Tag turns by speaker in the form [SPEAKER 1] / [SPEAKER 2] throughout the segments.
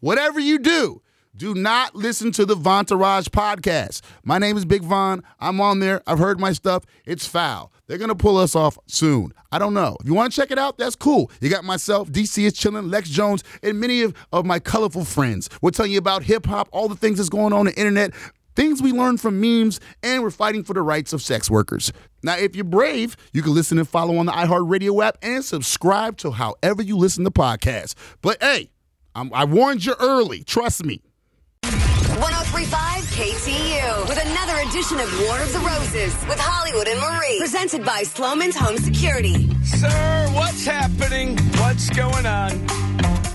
[SPEAKER 1] Whatever you do, do not listen to the Vontourage podcast. My name is Big Von. I'm on there. I've heard my stuff. It's foul. They're going to pull us off soon. I don't know. If you want to check it out, that's cool. You got myself, DC is chilling, Lex Jones, and many of, of my colorful friends. We're telling you about hip hop, all the things that's going on in the internet, things we learn from memes, and we're fighting for the rights of sex workers. Now, if you're brave, you can listen and follow on the iHeartRadio app and subscribe to however you listen to podcasts. But hey, I'm, I warned you early. Trust me.
[SPEAKER 2] 1035 KTU with another edition of War of the Roses with Hollywood and Marie. Presented by Sloman's Home Security.
[SPEAKER 3] Sir, what's happening? What's going on?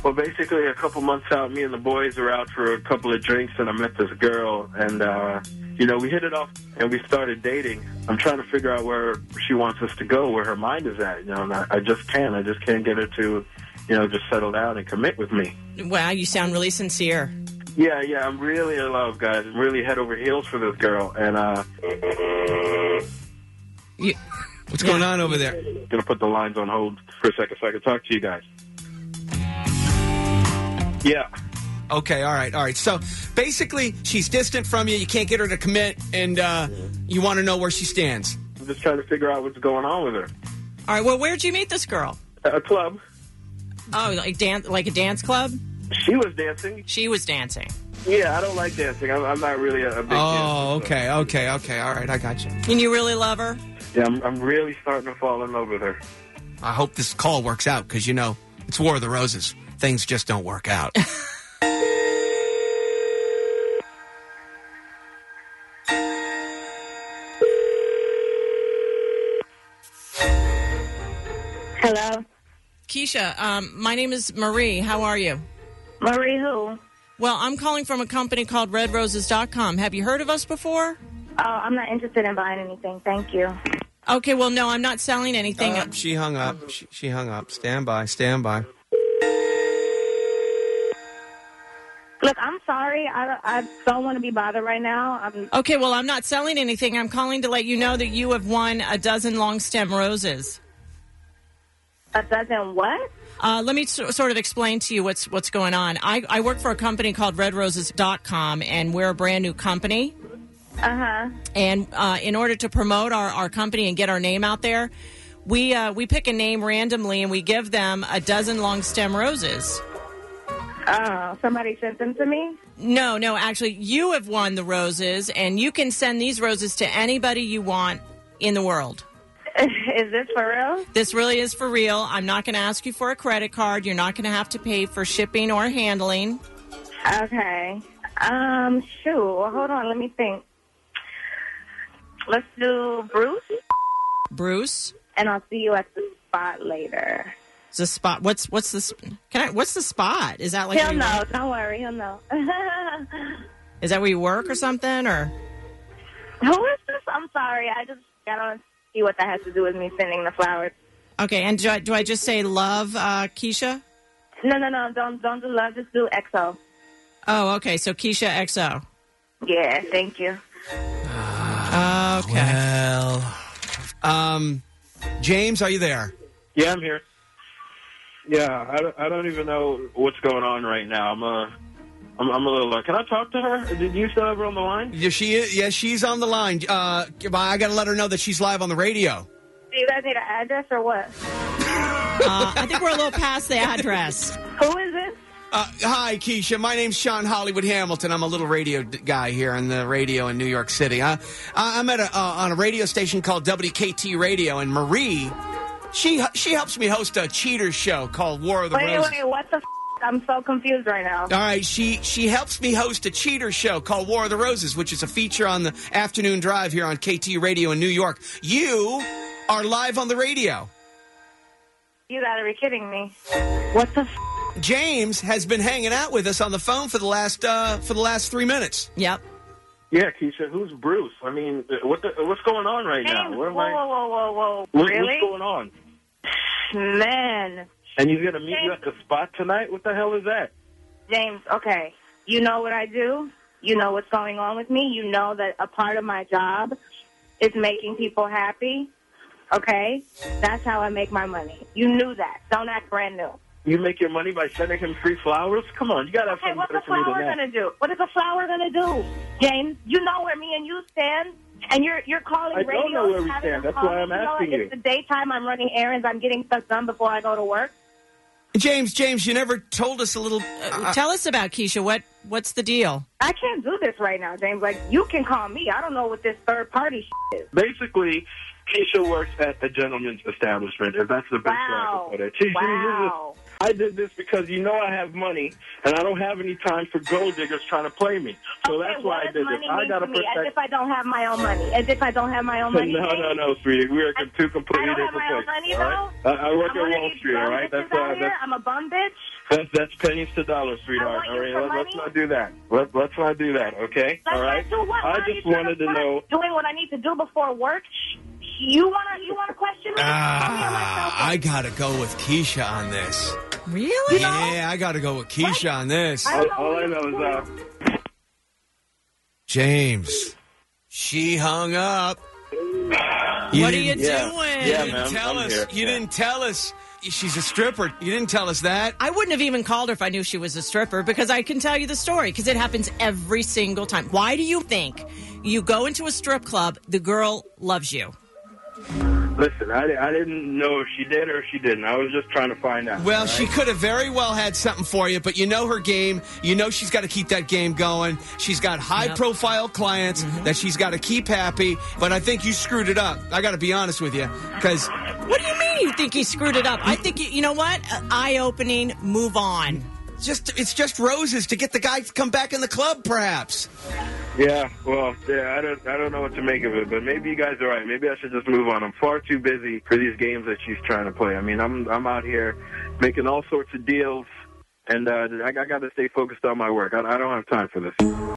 [SPEAKER 4] Well, basically, a couple months out, me and the boys were out for a couple of drinks, and I met this girl, and uh, you know, we hit it off, and we started dating. I'm trying to figure out where she wants us to go, where her mind is at. You know, and I, I just can't. I just can't get her to, you know, just settle down and commit with me.
[SPEAKER 5] Wow, you sound really sincere.
[SPEAKER 4] Yeah, yeah, I'm really in love, guys. I'm really head over heels for this girl, and uh,
[SPEAKER 5] You,
[SPEAKER 3] What's going on over there?
[SPEAKER 4] gonna put the lines on hold for a second so I can talk to you guys. Yeah,
[SPEAKER 3] Okay, all right, all right. So basically, she's distant from you. You can't get her to commit, and uh, you want to know where she stands.
[SPEAKER 4] I'm just trying to figure out what's going on with her.
[SPEAKER 5] all right, well, where'd you meet this girl?
[SPEAKER 4] At a club,
[SPEAKER 5] Oh, like dance, like a dance club?
[SPEAKER 4] she was dancing.
[SPEAKER 5] She was dancing.
[SPEAKER 4] Yeah, I don't like dancing. I'm, I'm not really a, a big.
[SPEAKER 3] Oh,
[SPEAKER 4] dancer, so-
[SPEAKER 3] okay, okay, okay. All right, I got you.
[SPEAKER 5] And you really love her?
[SPEAKER 4] Yeah, I'm, I'm really starting to fall in love with her.
[SPEAKER 3] I hope this call works out because you know it's War of the Roses. Things just don't work out.
[SPEAKER 6] Hello.
[SPEAKER 5] Keisha, um, my name is Marie. How are you?
[SPEAKER 6] Marie who? Oh,
[SPEAKER 5] Well, I'm calling from a company called redroses.com. Have you heard of us before?
[SPEAKER 6] Oh, I'm not interested in buying anything. Thank you.
[SPEAKER 5] Okay, well, no, I'm not selling anything.
[SPEAKER 3] Uh, she hung up. She, she hung up. Stand by. Stand by.
[SPEAKER 6] Look, I'm sorry. I, I don't want to be bothered right now. I'm
[SPEAKER 5] okay, well, I'm not selling anything. I'm calling to let you know that you have won a dozen long stem roses.
[SPEAKER 6] a dozen what?
[SPEAKER 5] Uh, let me s- sort of explain to you what's what's going on. I, I work for a company called redroses.com, and we're a brand new company.
[SPEAKER 6] Uh huh.
[SPEAKER 5] And uh, in order to promote our, our company and get our name out there, we uh, we pick a name randomly and we give them a dozen long stem roses.
[SPEAKER 6] Oh, somebody sent them to me.
[SPEAKER 5] No, no, actually, you have won the roses, and you can send these roses to anybody you want in the world.
[SPEAKER 6] Is this for real?
[SPEAKER 5] This really is for real. I'm not going to ask you for a credit card. You're not going to have to pay for shipping or handling.
[SPEAKER 6] Okay. Um, shoot. Well, hold on. Let me think. Let's do Bruce,
[SPEAKER 5] Bruce,
[SPEAKER 6] and I'll see you at the spot later.
[SPEAKER 5] is the spot. What's what's this? Can I? What's the spot? Is that like?
[SPEAKER 6] He'll
[SPEAKER 5] where you
[SPEAKER 6] know.
[SPEAKER 5] work?
[SPEAKER 6] Don't worry. He'll know.
[SPEAKER 5] Is that where you work or something? Or
[SPEAKER 6] Who is this? I'm sorry. I just I don't see what that has to do with me sending the flowers.
[SPEAKER 5] okay, and do I, do I just say love, uh, Keisha?
[SPEAKER 6] No, no, no. Don't don't do love. Just do EXO.
[SPEAKER 5] Oh, okay. So Keisha Uh, XO.
[SPEAKER 6] Yeah, thank you.
[SPEAKER 5] Okay.
[SPEAKER 3] Well, um, James, are you there?
[SPEAKER 4] Yeah, I'm here. Yeah, I don't, I don't even know what's going on right now. I'm a, I'm, I'm a little. Uh, can I talk to her? Did you still have her on the line?
[SPEAKER 3] Yeah, she is. Yeah, she's on the line. Uh, I got to let her know that she's live on the radio.
[SPEAKER 6] Do you guys need an address or what?
[SPEAKER 5] Uh, I think we're a little past the address.
[SPEAKER 6] Who is this?
[SPEAKER 3] Uh, hi, Keisha. My name's Sean Hollywood Hamilton. I'm a little radio d- guy here on the radio in New York City. Uh, I- I'm at a, uh, on a radio station called WKT Radio, and Marie, she she helps me host a cheater show called War of the
[SPEAKER 6] Wait,
[SPEAKER 3] Roses.
[SPEAKER 6] wait, what the? F-? I'm so confused right now.
[SPEAKER 3] All right, she she helps me host a cheater show called War of the Roses, which is a feature on the afternoon drive here on KT Radio in New York. You are live on the radio.
[SPEAKER 6] You gotta be kidding me. What the? F-?
[SPEAKER 3] James has been hanging out with us on the phone for the last uh, for the last three minutes.
[SPEAKER 5] Yep.
[SPEAKER 4] Yeah, Keisha. Who's Bruce? I mean, uh, what the, what's going on right now?
[SPEAKER 6] James,
[SPEAKER 4] Where
[SPEAKER 6] whoa,
[SPEAKER 4] am I?
[SPEAKER 6] whoa, whoa, whoa, whoa!
[SPEAKER 4] What-
[SPEAKER 6] really,
[SPEAKER 4] What's going on?
[SPEAKER 6] man?
[SPEAKER 4] And he's gonna meet you
[SPEAKER 6] James.
[SPEAKER 4] at the spot tonight. What the hell is that?
[SPEAKER 6] James, okay. You know what I do. You know what's going on with me. You know that a part of my job is making people happy. Okay, that's how I make my money. You knew that. Don't act brand new.
[SPEAKER 4] You make your money by sending him free flowers? Come on, you gotta have
[SPEAKER 6] Okay,
[SPEAKER 4] something
[SPEAKER 6] what's
[SPEAKER 4] better
[SPEAKER 6] a
[SPEAKER 4] for me
[SPEAKER 6] flower
[SPEAKER 4] than that.
[SPEAKER 6] gonna do? What is a flower gonna do, James? You know where me and you stand, and you're you're calling
[SPEAKER 4] I don't
[SPEAKER 6] radio.
[SPEAKER 4] know where we
[SPEAKER 6] having
[SPEAKER 4] stand.
[SPEAKER 6] them
[SPEAKER 4] That's why
[SPEAKER 6] call me.
[SPEAKER 4] I'm
[SPEAKER 6] know,
[SPEAKER 4] asking you.
[SPEAKER 6] It's the daytime. I'm running errands. I'm getting stuff done before I go to work.
[SPEAKER 3] James, James, you never told us a little.
[SPEAKER 5] Uh, Tell us about Keisha. What what's the deal?
[SPEAKER 6] I can't do this right now, James. Like you can call me. I don't know what this third party shit is.
[SPEAKER 4] Basically, Keisha works at a gentleman's establishment, if that's the best
[SPEAKER 6] Wow.
[SPEAKER 4] way I can put it. She- she-
[SPEAKER 6] Wow.
[SPEAKER 4] I did this because you know I have money, and I don't have any time for gold diggers trying to play me. So
[SPEAKER 6] okay,
[SPEAKER 4] that's
[SPEAKER 6] what
[SPEAKER 4] why I
[SPEAKER 6] does
[SPEAKER 4] did
[SPEAKER 6] money
[SPEAKER 4] this. I
[SPEAKER 6] mean
[SPEAKER 4] gotta
[SPEAKER 6] to me? As
[SPEAKER 4] protect.
[SPEAKER 6] if I don't have my own money. As if I don't have my own money.
[SPEAKER 4] no,
[SPEAKER 6] James?
[SPEAKER 4] no, no, sweetie. We are two completely
[SPEAKER 6] I don't
[SPEAKER 4] different
[SPEAKER 6] have my own
[SPEAKER 4] places.
[SPEAKER 6] money,
[SPEAKER 4] all right?
[SPEAKER 6] though.
[SPEAKER 4] I, I work
[SPEAKER 6] I'm
[SPEAKER 4] at
[SPEAKER 6] one of
[SPEAKER 4] Wall
[SPEAKER 6] these
[SPEAKER 4] Street,
[SPEAKER 6] bum
[SPEAKER 4] all right?
[SPEAKER 6] bitches
[SPEAKER 4] That's,
[SPEAKER 6] out
[SPEAKER 4] uh,
[SPEAKER 6] here.
[SPEAKER 4] that's,
[SPEAKER 6] I'm a bum bitch.
[SPEAKER 4] that's that's pennies to dollars, sweetheart.
[SPEAKER 6] want you
[SPEAKER 4] All right,
[SPEAKER 6] for
[SPEAKER 4] Let- let's
[SPEAKER 6] money.
[SPEAKER 4] not do that. Let, let's not do that, okay?
[SPEAKER 6] Like,
[SPEAKER 4] all right.
[SPEAKER 6] Do what?
[SPEAKER 4] I
[SPEAKER 6] Why are you
[SPEAKER 4] just
[SPEAKER 6] trying
[SPEAKER 4] wanted to
[SPEAKER 6] front?
[SPEAKER 4] know.
[SPEAKER 6] Doing what I need to do before work. You wanna you wanna question me? Call me on my cell
[SPEAKER 3] Ah,
[SPEAKER 6] phone.
[SPEAKER 3] I gotta go with Keisha on this.
[SPEAKER 5] Really?
[SPEAKER 3] Yeah, I gotta go with Keisha on this.
[SPEAKER 6] I
[SPEAKER 4] All,
[SPEAKER 6] don't know
[SPEAKER 4] all I
[SPEAKER 6] who
[SPEAKER 4] know is
[SPEAKER 6] you-
[SPEAKER 4] uh,
[SPEAKER 3] James, she hung up.
[SPEAKER 5] What are you
[SPEAKER 3] didn't-
[SPEAKER 4] yeah.
[SPEAKER 5] doing?
[SPEAKER 3] You
[SPEAKER 4] Yeah,
[SPEAKER 3] didn't
[SPEAKER 4] man,
[SPEAKER 3] tell
[SPEAKER 4] I'm
[SPEAKER 3] us.
[SPEAKER 4] here.
[SPEAKER 3] You
[SPEAKER 4] Yeah.
[SPEAKER 3] didn't tell us. She's a stripper. You didn't tell us that.
[SPEAKER 5] I wouldn't have even called her if I knew she was a stripper because I can tell you the story because it happens every single time. Why do you think you go into a strip club, the girl loves you?
[SPEAKER 4] listen. I, di- I didn't know if she did or if she didn't. I was just trying to find out.
[SPEAKER 3] Well, she could have very well had something for you, but you know her game. You know she's got to keep that game going. She's got high
[SPEAKER 5] Yep.
[SPEAKER 3] profile clients that she's got to keep happy, but I think you screwed it up. I got to be honest with you because
[SPEAKER 5] What do you mean you think he screwed it up? I think, you, you know what? Eye opening, move on.
[SPEAKER 3] just it's just roses to get the guy to come back in the club perhaps.
[SPEAKER 4] Yeah, well, yeah, I don't, I don't know what to make of it, but maybe you guys are right. Maybe I should just move on. I'm far too busy for these games that she's trying to play. I mean, I'm, I'm out here making all sorts of deals, and uh, I, I got to stay focused on my work. I, I don't have time for this.